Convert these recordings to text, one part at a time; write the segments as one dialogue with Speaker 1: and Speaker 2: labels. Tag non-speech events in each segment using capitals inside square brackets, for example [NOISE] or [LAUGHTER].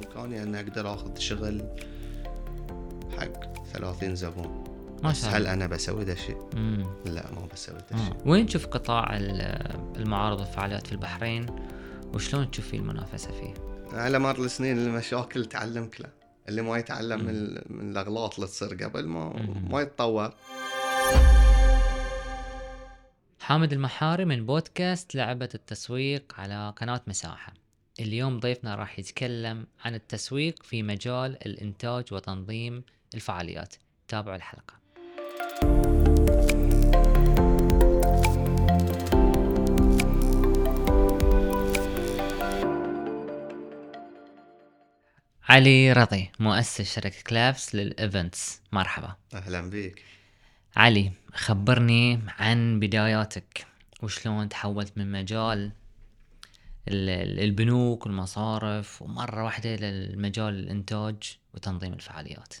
Speaker 1: مكاني أنا أقدر أخذ شغل حق 30 زبون
Speaker 2: ما
Speaker 1: بس
Speaker 2: شاء
Speaker 1: هل
Speaker 2: الله
Speaker 1: أنا بسوي ذا الشيء؟
Speaker 2: أمم.
Speaker 1: لا ما بسوي ذا الشيء
Speaker 2: آه. وين تشوف قطاع ال- المعارض والفعاليات في البحرين وشلون تشوف فيه المنافسه فيه؟
Speaker 1: على مر السنين المشاكل تعلمك له اللي ما يتعلم من, ال- من الاغلاط اللي تصير قبل ما
Speaker 2: مم.
Speaker 1: ما يتطور
Speaker 2: حامد المحاري من بودكاست لعبة التسويق على قناة مساحة اليوم ضيفنا راح يتكلم عن التسويق في مجال الإنتاج وتنظيم الفعاليات تابعوا الحلقة علي رضي مؤسس شركة كلابس للإيفنتس مرحبا
Speaker 1: اهلا بيك
Speaker 2: علي خبرني عن بداياتك وشلون تحولت من مجال ال- ال- البنوك والمصارف ومرة واحدة للمجال الإنتاج وتنظيم الفعاليات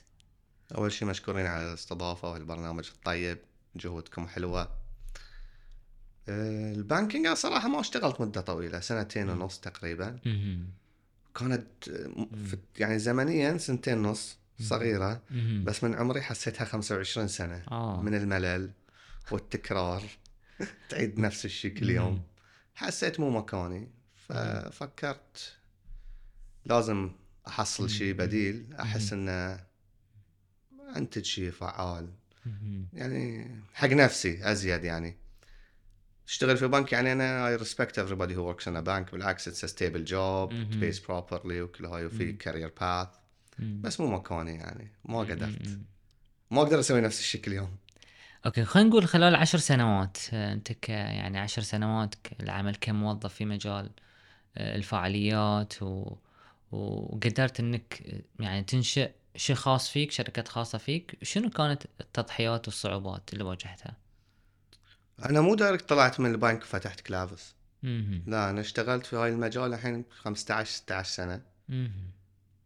Speaker 1: اول شيء مشكورين على الاستضافه والبرنامج الطيب جهودكم حلوه أه، البانكينج أنا صراحه ما اشتغلت مده طويله سنتين
Speaker 2: مم.
Speaker 1: ونص تقريبا
Speaker 2: مهم.
Speaker 1: كانت أه، م- في يعني زمنيا سنتين ونص
Speaker 2: مم.
Speaker 1: صغيره
Speaker 2: مهم.
Speaker 1: بس من عمري حسيتها 25 سنه
Speaker 2: آه.
Speaker 1: من الملل والتكرار [LAUGHS] تعيد نفس الشيء كل
Speaker 2: مم.
Speaker 1: يوم حسيت مو مكاني ففكرت لازم
Speaker 2: مم.
Speaker 1: احصل شيء بديل احس انه انتج شيء فعال
Speaker 2: مهم.
Speaker 1: يعني حق نفسي ازيد يعني اشتغل في بنك يعني انا اي ريسبكت everybody who works in a bank بالعكس اتس ستيبل جوب
Speaker 2: مهم.
Speaker 1: pays properly وكل هاي وفي كارير باث
Speaker 2: مهم.
Speaker 1: بس مو مكاني يعني ما قدرت
Speaker 2: مهم.
Speaker 1: ما اقدر اسوي نفس الشيء كل يوم
Speaker 2: اوكي خلينا نقول خلال عشر سنوات آه، انت ك يعني عشر سنوات ك- العمل كموظف في مجال آه، الفعاليات و... وقدرت انك آه، يعني تنشئ شيء خاص فيك شركات خاصة فيك شنو كانت التضحيات والصعوبات اللي واجهتها؟
Speaker 1: انا مو دايركت طلعت من البنك وفتحت كلافس
Speaker 2: مهم.
Speaker 1: لا انا اشتغلت في هاي المجال الحين 15 16 سنه
Speaker 2: مهم.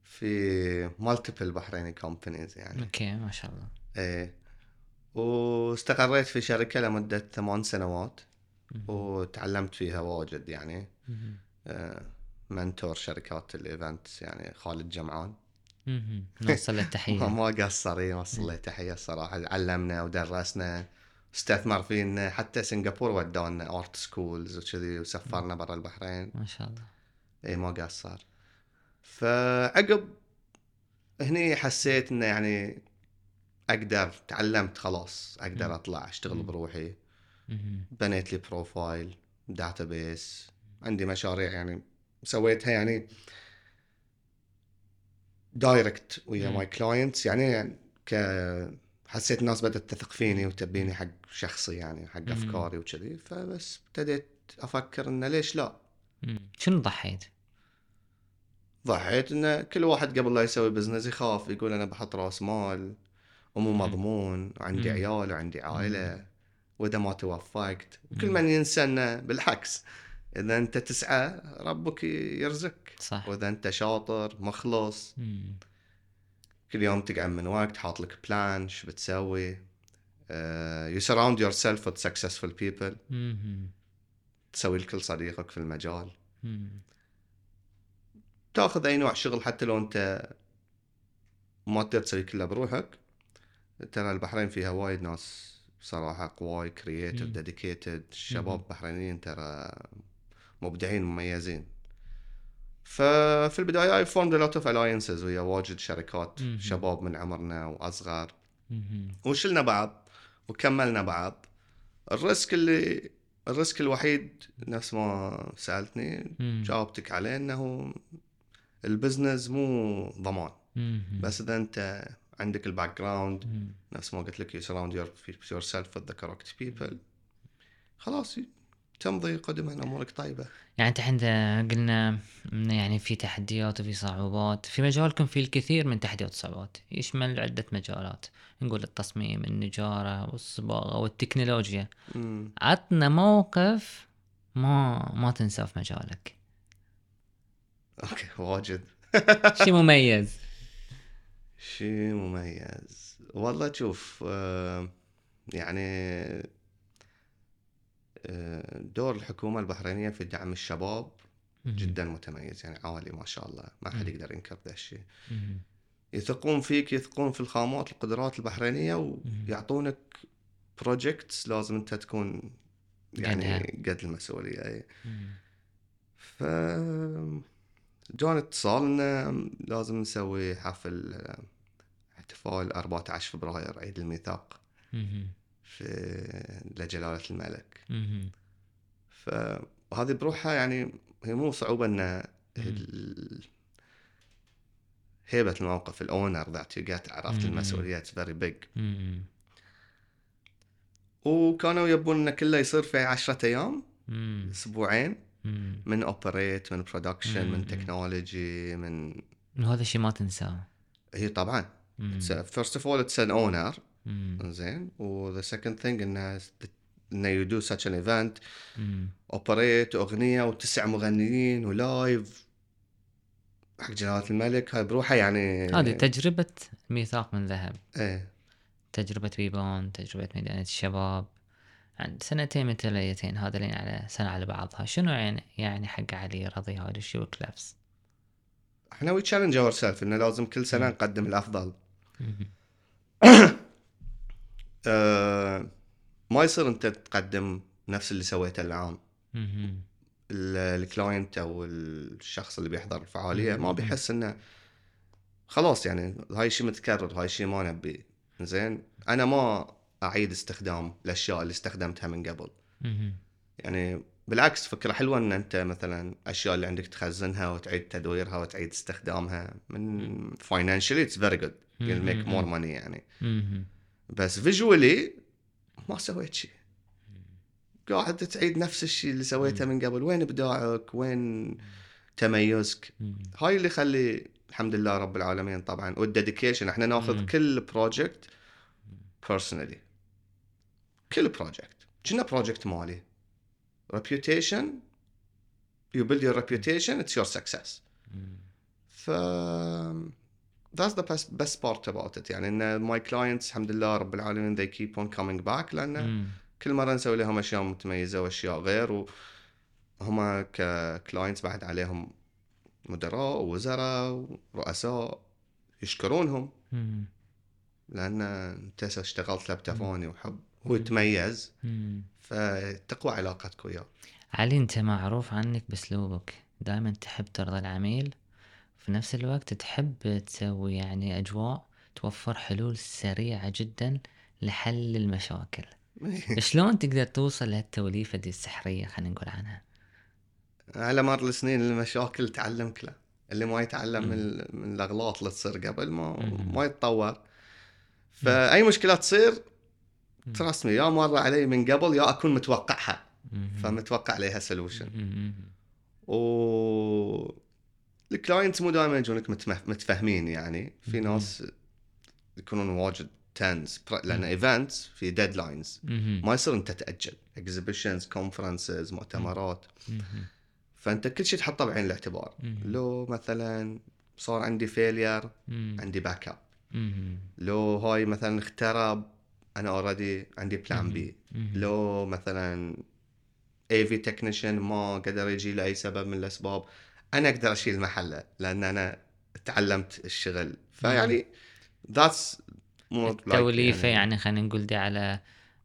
Speaker 1: في مالتيبل بحريني كومبانيز يعني
Speaker 2: اوكي ما شاء الله
Speaker 1: ايه واستقريت في شركه لمده ثمان سنوات
Speaker 2: مهم.
Speaker 1: وتعلمت فيها واجد يعني
Speaker 2: مهم.
Speaker 1: آه، منتور شركات الايفنتس يعني خالد جمعان [LAUGHS]
Speaker 2: مهم. نوصل
Speaker 1: ما [LAUGHS]
Speaker 2: للتحية
Speaker 1: ما قصر إيه، وصل له تحيه الصراحه علمنا ودرسنا استثمر فينا حتى سنغافوره ودونا ارت سكولز وكذي وسفرنا برا البحرين
Speaker 2: ما شاء الله
Speaker 1: اي ما قصر فعقب هني حسيت انه يعني اقدر تعلمت خلاص
Speaker 2: مم.
Speaker 1: اقدر اطلع اشتغل
Speaker 2: مم.
Speaker 1: بروحي
Speaker 2: مهم.
Speaker 1: بنيت لي بروفايل داتابيس عندي مشاريع يعني سويتها يعني دايركت ويا
Speaker 2: مم.
Speaker 1: ماي كلاينتس يعني, يعني ك حسيت الناس بدات تثق فيني وتبيني حق شخصي يعني حق
Speaker 2: مم.
Speaker 1: افكاري وكذي فبس ابتديت افكر انه ليش لا
Speaker 2: مم. شنو ضحيت؟
Speaker 1: ضحيت انه كل واحد قبل لا يسوي بزنس يخاف يقول انا بحط راس مال ومو
Speaker 2: مم.
Speaker 1: مضمون وعندي
Speaker 2: مم.
Speaker 1: عيال وعندي
Speaker 2: مم.
Speaker 1: عائله واذا ما توفقت وكل
Speaker 2: مم.
Speaker 1: من ينسى انه بالعكس اذا انت تسعى ربك يرزقك
Speaker 2: صح
Speaker 1: واذا انت شاطر مخلص
Speaker 2: مم.
Speaker 1: كل يوم تقعد من وقت حاط لك بلان شو بتسوي آه، يو سراوند يور سيلف with successful people
Speaker 2: مهم.
Speaker 1: تسوي لكل صديقك في المجال
Speaker 2: مم.
Speaker 1: تاخذ اي نوع شغل حتى لو انت ما تقدر تسوي كله بروحك ترى البحرين فيها وايد ناس بصراحة قواي كرييتيف
Speaker 2: مم.
Speaker 1: ديديكيتد شباب
Speaker 2: مم.
Speaker 1: بحرينيين ترى مبدعين مميزين ففي البداية اي فورمد لوت اوف الاينسز ويا واجد شركات
Speaker 2: مم.
Speaker 1: شباب من عمرنا واصغر
Speaker 2: مهم.
Speaker 1: وشلنا بعض وكملنا بعض الريسك اللي الريسك الوحيد نفس ما سألتني
Speaker 2: مم.
Speaker 1: جاوبتك عليه انه البزنس مو ضمان
Speaker 2: مهم.
Speaker 1: بس اذا انت عندك الباك جراوند
Speaker 2: مم.
Speaker 1: نفس ما قلت لك يو سراوند يور سيلف وذ ذا كوركت بيبل خلاص تمضي قدما امورك طيبه
Speaker 2: يعني انت الحين ذا- قلنا إنه يعني في تحديات وفي صعوبات في مجالكم في الكثير من تحديات وصعوبات يشمل عدة مجالات نقول التصميم النجارة والصباغة والتكنولوجيا
Speaker 1: أمم.
Speaker 2: عطنا موقف ما ما تنساه في مجالك
Speaker 1: اوكي واجد
Speaker 2: شيء مميز
Speaker 1: شيء مميز والله شوف آه، يعني آه، دور الحكومة البحرينية في دعم الشباب
Speaker 2: مهم.
Speaker 1: جدا متميز يعني عالي ما شاء الله ما حد
Speaker 2: مم.
Speaker 1: يقدر ينكر ذا الشيء
Speaker 2: مهم.
Speaker 1: يثقون فيك يثقون في الخامات القدرات البحرينيه
Speaker 2: مهم.
Speaker 1: ويعطونك بروجكتس لازم انت تكون يعني
Speaker 2: قدها.
Speaker 1: قد المسؤوليه أي.
Speaker 2: مهم.
Speaker 1: ف جاني اتصال انه لازم نسوي حفل آه، احتفال 14 فبراير عيد الميثاق
Speaker 2: مهم.
Speaker 1: في لجلالة الملك
Speaker 2: مهم.
Speaker 1: فهذه بروحها يعني هي مو صعوبة ان ال- هيبة الموقف الاونر ذات يو جيت عرفت
Speaker 2: مم.
Speaker 1: المسؤولية فيري بيج
Speaker 2: مهم.
Speaker 1: وكانوا يبون انه كله يصير في عشرة ايام
Speaker 2: مم.
Speaker 1: اسبوعين
Speaker 2: مم.
Speaker 1: من اوبريت من برودكشن
Speaker 2: مم.
Speaker 1: من تكنولوجي من
Speaker 2: وهذا الشيء ما تنساه
Speaker 1: هي طبعا
Speaker 2: مم.
Speaker 1: فيرست اوف اول اتس ان اونر
Speaker 2: مم.
Speaker 1: زين وذا سكند ثينج انه انه يو دو ساتش ان ايفنت
Speaker 2: مم.
Speaker 1: اوبريت واغنيه وتسع مغنيين ولايف حق جلاله الملك هاي بروحها يعني
Speaker 2: هذه تجربة ميثاق من ذهب
Speaker 1: ايه
Speaker 2: تجربة بيبون تجربة ميدانية الشباب عند سنتين متليتين هذا لين على سنة على بعضها شنو يعني يعني حق علي رضي هذا الشيء وكلابس
Speaker 1: احنا وي تشالنج اور سيلف انه لازم كل سنه
Speaker 2: مم.
Speaker 1: نقدم الافضل
Speaker 2: مهم.
Speaker 1: أه ما يصير انت تقدم نفس اللي سويته العام
Speaker 2: مهم.
Speaker 1: ال- الكلاينت او الشخص اللي بيحضر الفعاليه
Speaker 2: مم.
Speaker 1: ما بيحس انه خلاص يعني هاي شيء متكرر هاي شيء ما نبي زين انا ما اعيد استخدام الاشياء اللي استخدمتها من قبل
Speaker 2: مهم.
Speaker 1: يعني بالعكس فكره حلوه ان انت مثلا الاشياء اللي عندك تخزنها وتعيد تدويرها وتعيد استخدامها من فاينانشلي اتس فيري جود يو ميك مور ماني يعني
Speaker 2: مهم.
Speaker 1: بس فيجولي ما سويت شيء قاعد تعيد نفس الشيء اللي سويته من قبل وين ابداعك وين تميزك
Speaker 2: مهم.
Speaker 1: هاي اللي يخلي الحمد لله رب العالمين طبعا والديديكيشن احنا ناخذ
Speaker 2: مم.
Speaker 1: كل بروجكت بيرسونالي كل بروجكت كنا بروجكت مالي ريبيوتيشن يو بيلد يور ريبيوتيشن اتس يور سكسس
Speaker 2: مهم.
Speaker 1: ف that's the best, best part about it يعني ان my clients الحمد لله رب العالمين they keep on coming back لان
Speaker 2: مم.
Speaker 1: كل مره نسوي لهم اشياء متميزه واشياء غير وهم ككلاينتس بعد عليهم مدراء ووزراء ورؤساء يشكرونهم
Speaker 2: مهم.
Speaker 1: لان انت اشتغلت له بتفاني وحب هو يتميز
Speaker 2: مهم.
Speaker 1: فتقوى علاقتك وياه [LAUGHS]
Speaker 2: علي انت معروف عنك باسلوبك دائما تحب ترضى العميل في نفس الوقت تحب تسوي يعني اجواء توفر حلول سريعة جدا لحل المشاكل [LAUGHS] شلون تقدر توصل لهالتوليفة دي السحرية خلينا نقول عنها
Speaker 1: على مر السنين المشاكل تعلمك له اللي ما يتعلم
Speaker 2: مم.
Speaker 1: من, من الاغلاط اللي تصير قبل ما
Speaker 2: مم.
Speaker 1: ما يتطور فاي مشكله تصير
Speaker 2: مم.
Speaker 1: تراست يا مره علي من قبل يا اكون متوقعها
Speaker 2: مهم.
Speaker 1: فمتوقع لها سولوشن
Speaker 2: مهم.
Speaker 1: و الكلاينتس مو دائما يجونك متمه- متفاهمين يعني في
Speaker 2: مم.
Speaker 1: ناس يكونون واجد تنز لان ايفنتس في ديدلاينز
Speaker 2: مهم.
Speaker 1: ما يصير انت تاجل اكزبيشنز كونفرنسز مؤتمرات
Speaker 2: مهم.
Speaker 1: فانت كل شيء تحطه بعين الاعتبار
Speaker 2: مهم.
Speaker 1: لو مثلا صار عندي فيلير
Speaker 2: مهم.
Speaker 1: عندي باك اب
Speaker 2: مهم.
Speaker 1: لو هاي مثلا اخترب انا اوريدي عندي بلان بي
Speaker 2: مهم.
Speaker 1: لو مثلا اي في تكنيشن ما قدر يجي لاي سبب من الاسباب انا اقدر اشيل محله لان انا تعلمت الشغل فيعني ذاتس
Speaker 2: التوليفة يعني خلينا نقول دي على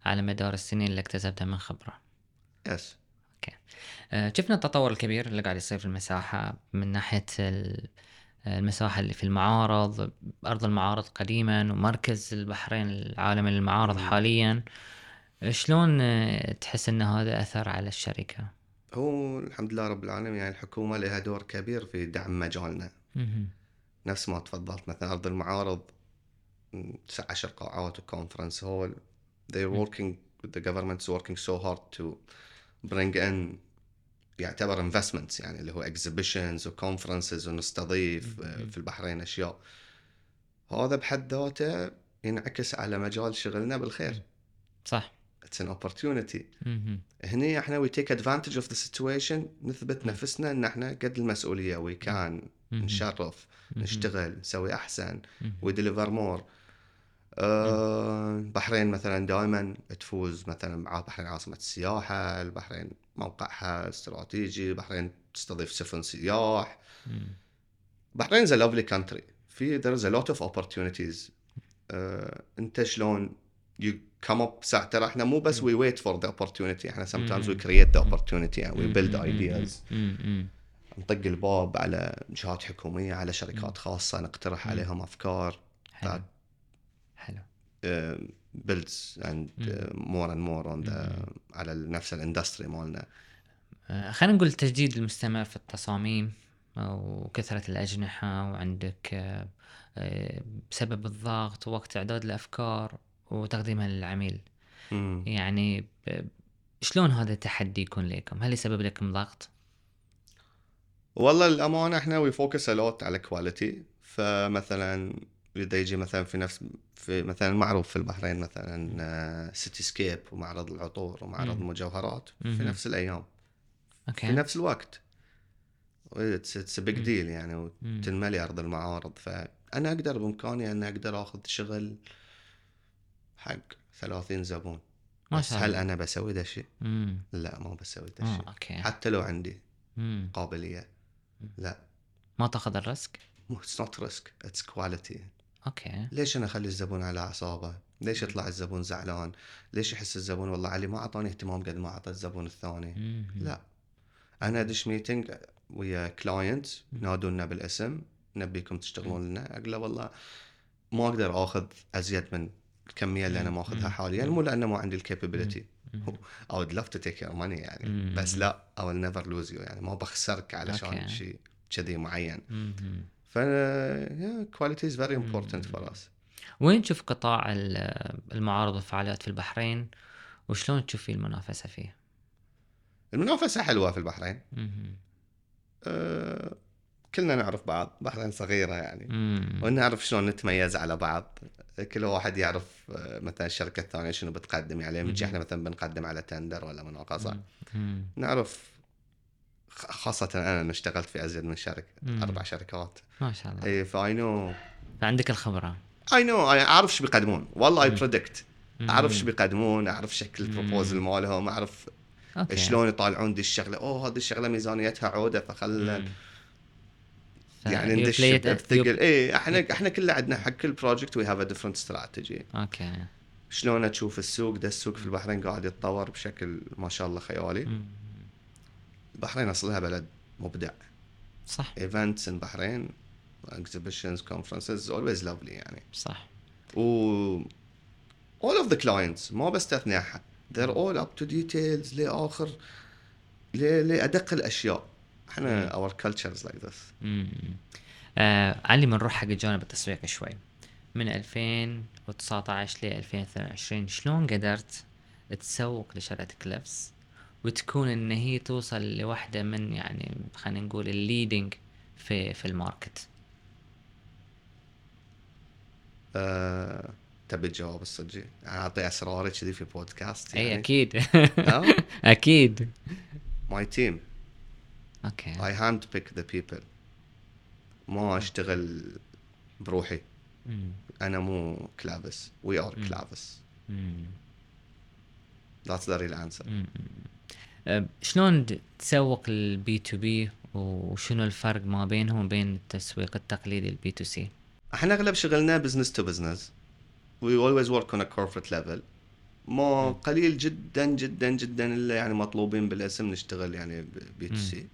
Speaker 2: على مدار السنين اللي اكتسبتها من خبرة
Speaker 1: يس
Speaker 2: آه، شفنا التطور الكبير اللي قاعد يصير في المساحة من ناحية ال- المساحة اللي في المعارض أرض المعارض قديما ومركز البحرين العالمي للمعارض
Speaker 1: مم.
Speaker 2: حاليا شلون آه، تحس أن هذا أثر على الشركة؟
Speaker 1: هو الحمد لله رب العالمين يعني الحكومه لها دور كبير في دعم مجالنا
Speaker 2: مهم.
Speaker 1: نفس ما تفضلت مثلا ارض المعارض م، تسع عشر قاعات وكونفرنس هول they working the government is working so hard to bring in يعتبر investments يعني اللي هو exhibitions وكونفرنسز ونستضيف آه،
Speaker 2: مم.
Speaker 1: في البحرين اشياء هذا بحد ذاته ينعكس على مجال شغلنا بالخير
Speaker 2: صح
Speaker 1: it's an opportunity
Speaker 2: مهم.
Speaker 1: هني احنا we take advantage of the situation نثبت نفسنا ان احنا قد المسؤوليه we can
Speaker 2: مهم.
Speaker 1: نشرف
Speaker 2: مهم.
Speaker 1: نشتغل نسوي احسن
Speaker 2: مهم.
Speaker 1: وديليفر مور آه، البحرين مثلا دائما تفوز مثلا مع البحرين عاصمه السياحه البحرين موقعها استراتيجي البحرين تستضيف سفن سياح
Speaker 2: مم.
Speaker 1: بحرين از لافلي كانتري في there is a lot of opportunities آه، انت شلون you come up ساعتها احنا مو بس we wait for the opportunity احنا sometimes we create the opportunity and we build ideas
Speaker 2: مم. مم.
Speaker 1: نطق الباب على جهات حكوميه على شركات خاصه نقترح عليهم افكار
Speaker 2: حلو
Speaker 1: طيب.
Speaker 2: حلو
Speaker 1: um, builds and uh, more and more on the على نفس الاندستري مالنا
Speaker 2: آه، خلينا نقول تجديد المستمع في التصاميم وكثرة الأجنحة وعندك آه، آه، بسبب الضغط ووقت إعداد الأفكار وتقديمها للعميل
Speaker 1: مم.
Speaker 2: يعني ب- شلون هذا التحدي يكون لكم؟ هل يسبب لكم ضغط؟
Speaker 1: والله الأمانة احنا وي فوكس الوت على كواليتي فمثلا إذا يجي مثلا في نفس في مثلا معروف في البحرين مثلا سيتي سكيب ومعرض العطور ومعرض
Speaker 2: مم.
Speaker 1: المجوهرات في
Speaker 2: مهم.
Speaker 1: نفس الأيام في
Speaker 2: اوكي
Speaker 1: نفس الوقت اتس بيج ديل يعني
Speaker 2: مم.
Speaker 1: وتنملي أرض المعارض فأنا أقدر بإمكاني أن أقدر آخذ شغل حق 30 زبون
Speaker 2: ما
Speaker 1: بس
Speaker 2: شاء
Speaker 1: هل
Speaker 2: الله
Speaker 1: أنا بسوي ذا الشيء؟
Speaker 2: امم
Speaker 1: لا ما بسوي ذا
Speaker 2: اه
Speaker 1: الشيء
Speaker 2: اوكي
Speaker 1: حتى لو عندي
Speaker 2: مم.
Speaker 1: قابلية لا
Speaker 2: ما تاخذ الريسك؟
Speaker 1: مو اتس نوت ريسك اتس كواليتي
Speaker 2: اوكي
Speaker 1: ليش انا اخلي الزبون على اعصابه؟ ليش يطلع الزبون زعلان؟ ليش يحس الزبون والله علي ما اعطاني اهتمام قد ما اعطى الزبون الثاني؟
Speaker 2: مم.
Speaker 1: لا انا ادش ميتنج ويا كلاينت نادونا بالاسم نبيكم تشتغلون لنا اقول له والله ما اقدر اخذ ازيد من الكميه اللي انا ماخذها حاليا مو لانه ما عندي الكابابيلتي I would love to take your money يعني
Speaker 2: مم.
Speaker 1: بس لا I will never lose you يعني ما بخسرك علشان
Speaker 2: أوكي.
Speaker 1: شيء كذي معين
Speaker 2: مم.
Speaker 1: ف كواليتي از فيري امبورتنت فور اس
Speaker 2: وين تشوف قطاع ال- المعارض والفعاليات في البحرين وشلون تشوف فيه المنافسة فيه؟
Speaker 1: المنافسه حلوه في البحرين
Speaker 2: مهم.
Speaker 1: أه، كلنا نعرف بعض البحرين صغيره يعني
Speaker 2: مم.
Speaker 1: ونعرف شلون نتميز على بعض كل واحد يعرف أه، مثلا الشركه الثانيه شنو بتقدم يعني لما نجي احنا مثلا بنقدم على تندر ولا مناقصه
Speaker 2: مم.
Speaker 1: نعرف خ- خاصة أنا أنا اشتغلت في أزيد من شركة
Speaker 2: مم.
Speaker 1: أربع شركات إيه،
Speaker 2: ما شاء الله
Speaker 1: إي فأي نو
Speaker 2: عندك الخبرة
Speaker 1: أي نو أعرف شو بيقدمون والله أي بريدكت
Speaker 2: مم.
Speaker 1: أعرف شو بيقدمون أعرف شكل
Speaker 2: مم.
Speaker 1: البروبوزل مالهم أعرف
Speaker 2: أوكي.
Speaker 1: شلون يطالعون دي الشغله اوه هذه الشغله ميزانيتها عوده فخل
Speaker 2: مم. ف-
Speaker 1: يعني
Speaker 2: you
Speaker 1: ندش
Speaker 2: play it at-
Speaker 1: بثقل إيه،
Speaker 2: you-
Speaker 1: اي احنا احنا كله عندنا حق كل بروجكت وي هاف ا ديفرنت استراتيجي
Speaker 2: اوكي
Speaker 1: شلون تشوف السوق ده السوق في البحرين قاعد يتطور بشكل ما شاء الله خيالي
Speaker 2: مم.
Speaker 1: البحرين اصلها بلد مبدع
Speaker 2: صح
Speaker 1: ايفنتس ان بحرين exhibitions conferences always lovely يعني
Speaker 2: صح
Speaker 1: و all of the clients ما بستثني احد they're all up to details لاخر ل- لادق الاشياء احنا our culture is like this
Speaker 2: مم. آه علي بنروح حق الجانب التسويقي شوي من 2019 ل 2022 شلون قدرت تسوق لشركتك لبس وتكون ان هي توصل لواحده من يعني خلينا نقول الليدنج في في الماركت
Speaker 1: آه، تبي الجواب الصجي انا اعطي اسراري كذي في يعني. آه، بودكاست
Speaker 2: اي [LAUGHS] اكيد
Speaker 1: [LAUGHS] ها؟
Speaker 2: اكيد
Speaker 1: ماي تيم
Speaker 2: اوكي
Speaker 1: اي هاند بيك ذا بيبل ما اشتغل بروحي
Speaker 2: مم.
Speaker 1: انا مو كلابس وي ار كلابس
Speaker 2: مم.
Speaker 1: ذاتس ذا ريل انسر
Speaker 2: مم. أه، شلون د- تسوق البي تو بي وشنو الفرق ما بينهم وبين التسويق التقليدي البي تو سي؟
Speaker 1: احنا اغلب شغلنا بزنس تو بزنس وي اولويز ورك اون ا كوربريت ليفل ما قليل جدا جدا جدا اللي يعني مطلوبين بالاسم نشتغل يعني بي تو سي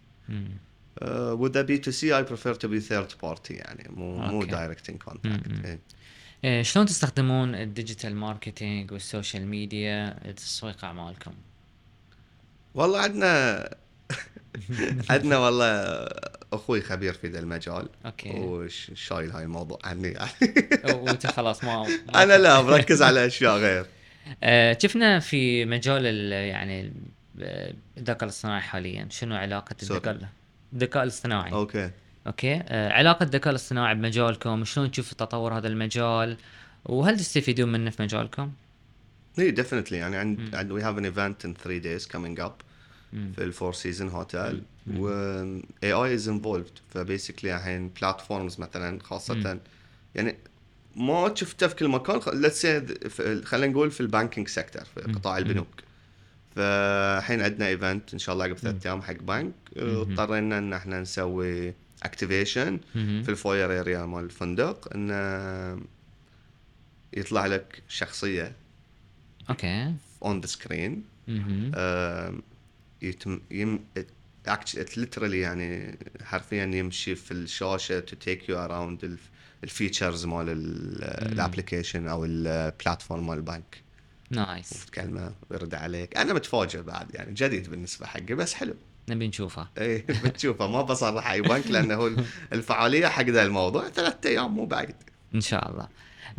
Speaker 1: وذا بي تو سي اي بريفير تو بي ثيرد بارتي يعني مو مو
Speaker 2: أوكي.
Speaker 1: دايركتنج كونتاكت
Speaker 2: إيه، شلون تستخدمون الديجيتال ماركتينج والسوشيال ميديا لتسويق اعمالكم؟
Speaker 1: والله عندنا
Speaker 2: [LAUGHS]
Speaker 1: عندنا والله اخوي خبير في ذا المجال
Speaker 2: أوكي.
Speaker 1: وشايل هاي الموضوع عني
Speaker 2: [LAUGHS]
Speaker 1: يعني
Speaker 2: أو- وانت خلاص ما ما-
Speaker 1: انا لا مركز على اشياء
Speaker 2: [LAUGHS]
Speaker 1: غير
Speaker 2: آه، شفنا في مجال ال- يعني ال- آه، الذكاء الاصطناعي حاليا شنو علاقه
Speaker 1: سوري.
Speaker 2: الذكاء الذكاء الاصطناعي
Speaker 1: اوكي
Speaker 2: اوكي آه، علاقه الذكاء الاصطناعي بمجالكم شلون تشوف تطور هذا المجال وهل تستفيدون منه في مجالكم
Speaker 1: اي ديفنتلي يعني عند وي هاف ان ايفنت ان 3 دايز كامينج اب في الفور سيزون هوتيل و um, اي اي از انفولفد فبيسكلي الحين بلاتفورمز مثلا خاصه يعني ما شفته في كل مكان ليتس سي خلينا نقول في البانكينج سيكتور في قطاع البنوك فالحين عندنا ايفنت ان شاء الله قبل ثلاث ايام حق بنك أه،
Speaker 2: مهم.
Speaker 1: اضطرينا ان احنا نسوي اكتيفيشن
Speaker 2: مهم.
Speaker 1: في الفوير اريا مال الفندق انه يطلع لك شخصيه
Speaker 2: اوكي
Speaker 1: اون ذا سكرين
Speaker 2: مهم.
Speaker 1: آه. يتم يم ليترلي يعني حرفيا يمشي في الشاشه تو تيك يو اراوند الفيتشرز مال الابلكيشن او البلاتفورم مال البنك
Speaker 2: نايس
Speaker 1: وتكلمه ويرد عليك انا متفاجئ بعد يعني جديد بالنسبه حقي بس حلو
Speaker 2: نبي نشوفه
Speaker 1: اي [LAUGHS] بتشوفه ما بصرح اي بنك لانه هو الفعاليه حق ذا الموضوع ثلاثة ايام مو بعيد
Speaker 2: ان شاء الله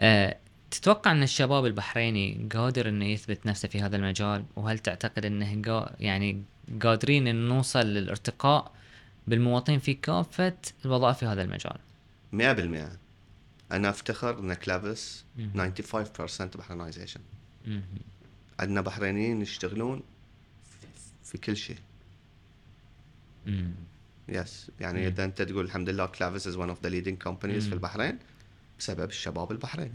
Speaker 2: أه تتوقع ان الشباب البحريني قادر انه يثبت نفسه في هذا المجال وهل تعتقد انه قا- يعني قادرين ان نوصل للارتقاء بالمواطنين في كافة الوظائف في هذا المجال
Speaker 1: 100% انا افتخر ان كلافس 95% بحرينايزيشن
Speaker 2: مهم.
Speaker 1: عندنا بحرينيين يشتغلون في كل شيء
Speaker 2: مهم.
Speaker 1: يس يعني
Speaker 2: مم.
Speaker 1: اذا انت تقول الحمد لله كلافس از ون اوف ذا ليدنج كومبانيز
Speaker 2: مم.
Speaker 1: في البحرين بسبب الشباب البحريني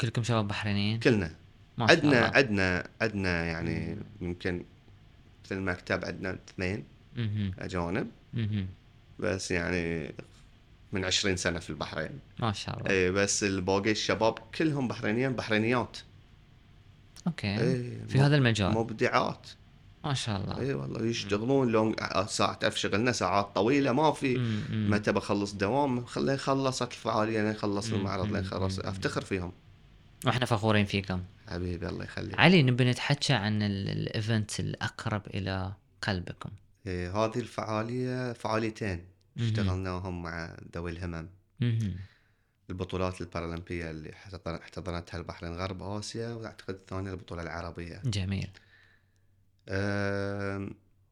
Speaker 2: كلكم شباب بحرينيين
Speaker 1: كلنا
Speaker 2: ما شاء
Speaker 1: عندنا
Speaker 2: الله.
Speaker 1: عندنا عندنا يعني يمكن في المكتب عندنا اثنين
Speaker 2: مهم.
Speaker 1: اجانب
Speaker 2: مهم.
Speaker 1: بس يعني من 20 سنه في البحرين
Speaker 2: ما شاء الله
Speaker 1: اي بس الباقي الشباب كلهم بحرينيين بحرينيات
Speaker 2: اوكي
Speaker 1: اي
Speaker 2: إيه. في
Speaker 1: مب-
Speaker 2: هذا المجال
Speaker 1: مبدعات
Speaker 2: ما شاء الله
Speaker 1: اي والله يشتغلون لونج ساعه تعرف شغلنا ساعات طويله ما في
Speaker 2: مم. مم.
Speaker 1: إيه. متى بخلص دوام خلي خلصت الفعاليه لين خلص
Speaker 2: مم.
Speaker 1: المعرض لين
Speaker 2: مم.
Speaker 1: خلص
Speaker 2: مم.
Speaker 1: افتخر فيهم
Speaker 2: واحنا فخورين فيكم
Speaker 1: حبيبي الله يخليك
Speaker 2: علي نبي نتحكى عن ال- الايفنت الاقرب الى قلبكم
Speaker 1: إيه هذه الفعاليه فعاليتين
Speaker 2: مهم.
Speaker 1: اشتغلناهم مع ذوي الهمم
Speaker 2: مهم.
Speaker 1: البطولات البارالمبيه اللي احتضن- احتضنتها البحرين غرب اسيا واعتقد الثانيه البطوله العربيه
Speaker 2: جميل
Speaker 1: أم،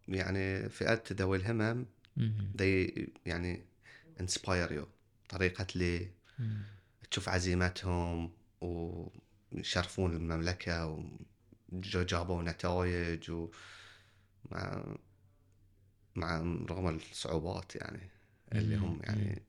Speaker 1: يعني فئه ذوي الهمم
Speaker 2: مهم.
Speaker 1: they يعني انسباير يو طريقه لي
Speaker 2: مهم.
Speaker 1: تشوف عزيمتهم ويشرفون المملكة وجابوا نتائج ومع مع رغم الصعوبات يعني اللي هم
Speaker 2: مم.
Speaker 1: يعني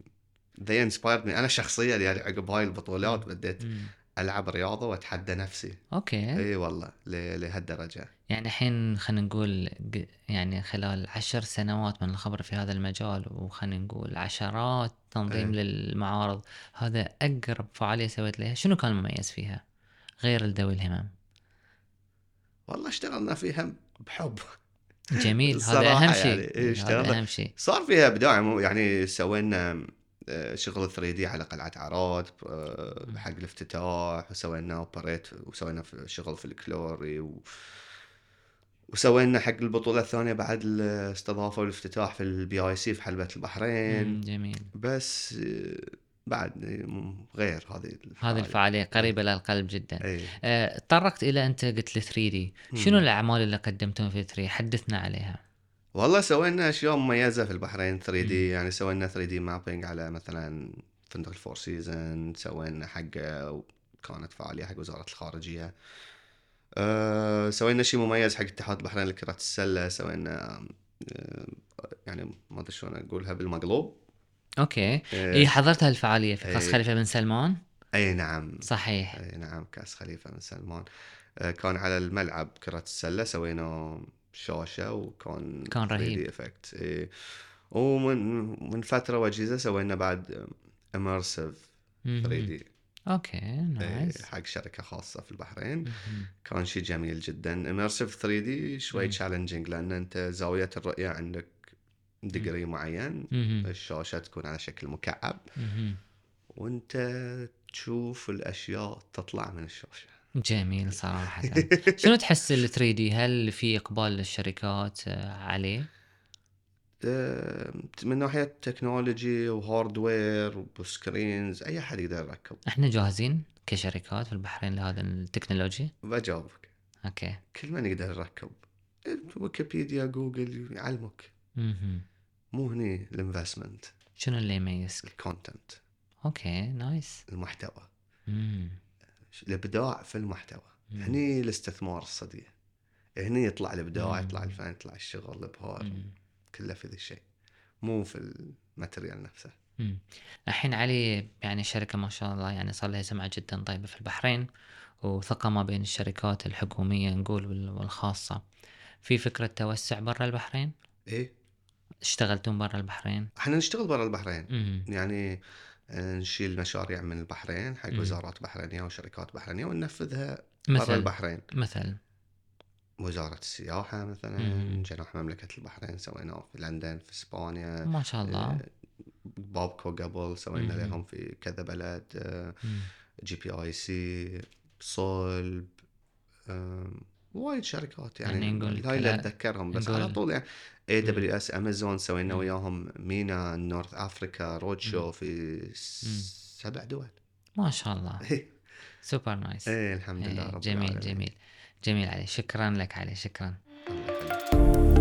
Speaker 1: they inspired me أنا شخصيا يعني عقب هاي البطولات بديت
Speaker 2: مم. إيه؟
Speaker 1: ألعب رياضة وأتحدى نفسي
Speaker 2: اوكي
Speaker 1: اي والله ل- لهالدرجة
Speaker 2: يعني الحين خلينا نقول ق- يعني خلال عشر سنوات من الخبرة في هذا المجال وخلينا نقول عشرات
Speaker 1: إيه.
Speaker 2: تنظيم للمعارض هذا أقرب فعالية سويت لها شنو كان مميز فيها غير لذوي الهمم
Speaker 1: والله اشتغلنا فيها بحب [LAUGHS]
Speaker 2: جميل هذا
Speaker 1: الصراحة
Speaker 2: أهم
Speaker 1: يعني، إيه،
Speaker 2: شيء
Speaker 1: اشتغلنا-
Speaker 2: هذا أهم شيء
Speaker 1: صار فيها ابداع مو- يعني سوينا آه، شغل 3 دي على قلعه عراد آه،
Speaker 2: مم.
Speaker 1: حق الافتتاح وسوينا اوبريت وسوينا في- شغل في الكلوري و... وسوينا حق البطوله الثانيه بعد الاستضافه والافتتاح في البي اي سي في حلبه
Speaker 2: مم،
Speaker 1: البحرين
Speaker 2: جميل
Speaker 1: بس آه، بعد آه، م- غير هذه
Speaker 2: هذه الفعالية قريبة للقلب جدا
Speaker 1: اي
Speaker 2: آه، تطرقت الى انت قلت لي 3 دي شنو
Speaker 1: إيه. مم.
Speaker 2: الاعمال اللي قدمتوها في 3 حدثنا عليها
Speaker 1: والله سوينا اشياء مميزه في البحرين 3
Speaker 2: مم.
Speaker 1: دي يعني سوينا 3 دي مابينج على مثلا فندق الفور سيزون سوينا حق كانت فعاليه حق وزاره الخارجيه أه سوينا شيء مميز حق اتحاد البحرين لكره السله سوينا أه يعني ما ادري شلون اقولها بالمقلوب
Speaker 2: اوكي
Speaker 1: أه
Speaker 2: اي حضرت هالفعاليه في قصر
Speaker 1: إيه.
Speaker 2: خليفه بن سلمان
Speaker 1: اي نعم
Speaker 2: صحيح
Speaker 1: اي نعم كاس خليفه بن سلمان أه كان على الملعب كرة السلة سوينا شاشة وكان
Speaker 2: كان رهيب.
Speaker 1: افكت إيه. ومن من فترة وجيزة سوينا بعد اميرسيف 3
Speaker 2: مهم.
Speaker 1: دي
Speaker 2: اوكي نايس
Speaker 1: إيه، حق شركة خاصة في البحرين
Speaker 2: مهم.
Speaker 1: كان شيء جميل جدا اميرسيف 3 دي شوي
Speaker 2: مم.
Speaker 1: تشالنجينج لان انت زاوية الرؤية عندك ديجري معين
Speaker 2: مهم.
Speaker 1: الشاشة تكون على شكل مكعب
Speaker 2: مهم.
Speaker 1: وانت تشوف الاشياء تطلع من الشاشة
Speaker 2: جميل صراحه شنو تحس ال 3 دي هل في اقبال للشركات آه، عليه
Speaker 1: آه، من ناحيه تكنولوجي وهاردوير وسكرينز اي احد يقدر يركب
Speaker 2: احنا جاهزين كشركات في البحرين لهذا التكنولوجي
Speaker 1: بجاوبك
Speaker 2: اوكي
Speaker 1: كل من يقدر يركب ويكيبيديا جوجل يعلمك
Speaker 2: مهم.
Speaker 1: مو هني الانفستمنت
Speaker 2: شنو اللي يميزك
Speaker 1: الكونتنت
Speaker 2: اوكي نايس
Speaker 1: المحتوى
Speaker 2: مم.
Speaker 1: الابداع في المحتوى
Speaker 2: مم.
Speaker 1: هني الاستثمار الصديق هني يطلع الابداع
Speaker 2: مم.
Speaker 1: يطلع الفن يطلع الشغل الابهار
Speaker 2: مم.
Speaker 1: كله في ذا الشيء مو في الماتريال نفسه
Speaker 2: مم. الحين علي يعني شركة ما شاء الله يعني صار لها سمعة جدا طيبة في البحرين وثقة ما بين الشركات الحكومية نقول وال- والخاصة في فكره توسع برا البحرين
Speaker 1: ايه
Speaker 2: اشتغلتم برا البحرين
Speaker 1: احنا نشتغل برا البحرين
Speaker 2: امم
Speaker 1: يعني آه، نشيل مشاريع من البحرين حق
Speaker 2: مم.
Speaker 1: وزارات بحرينيه وشركات بحرينيه وننفذها برا
Speaker 2: مثل
Speaker 1: البحرين
Speaker 2: مثل
Speaker 1: وزاره السياحه مثلا
Speaker 2: مم.
Speaker 1: جناح مملكه البحرين سويناه في لندن في اسبانيا
Speaker 2: ما شاء الله
Speaker 1: آه، بابكو قبل سوينا
Speaker 2: مم.
Speaker 1: لهم في كذا بلد آه،
Speaker 2: مم.
Speaker 1: جي بي اي سي صلب آم، وايد شركات يعني,
Speaker 2: يعني
Speaker 1: يعني
Speaker 2: نقول
Speaker 1: هاي اللي
Speaker 2: كلا-
Speaker 1: اتذكرهم بس
Speaker 2: نقول-
Speaker 1: على طول يعني اي
Speaker 2: مم.
Speaker 1: دبليو اس امازون سوينا
Speaker 2: مم.
Speaker 1: وياهم مينا نورث افريكا رود شو في س- سبع دول [LAUGHS]
Speaker 2: ما شاء الله
Speaker 1: ايه
Speaker 2: سوبر نايس
Speaker 1: الحمد لله
Speaker 2: إيه،
Speaker 1: رب
Speaker 2: جميل
Speaker 1: العالمين
Speaker 2: جميل جميل علي شكرا لك علي شكرا
Speaker 1: الله يخليك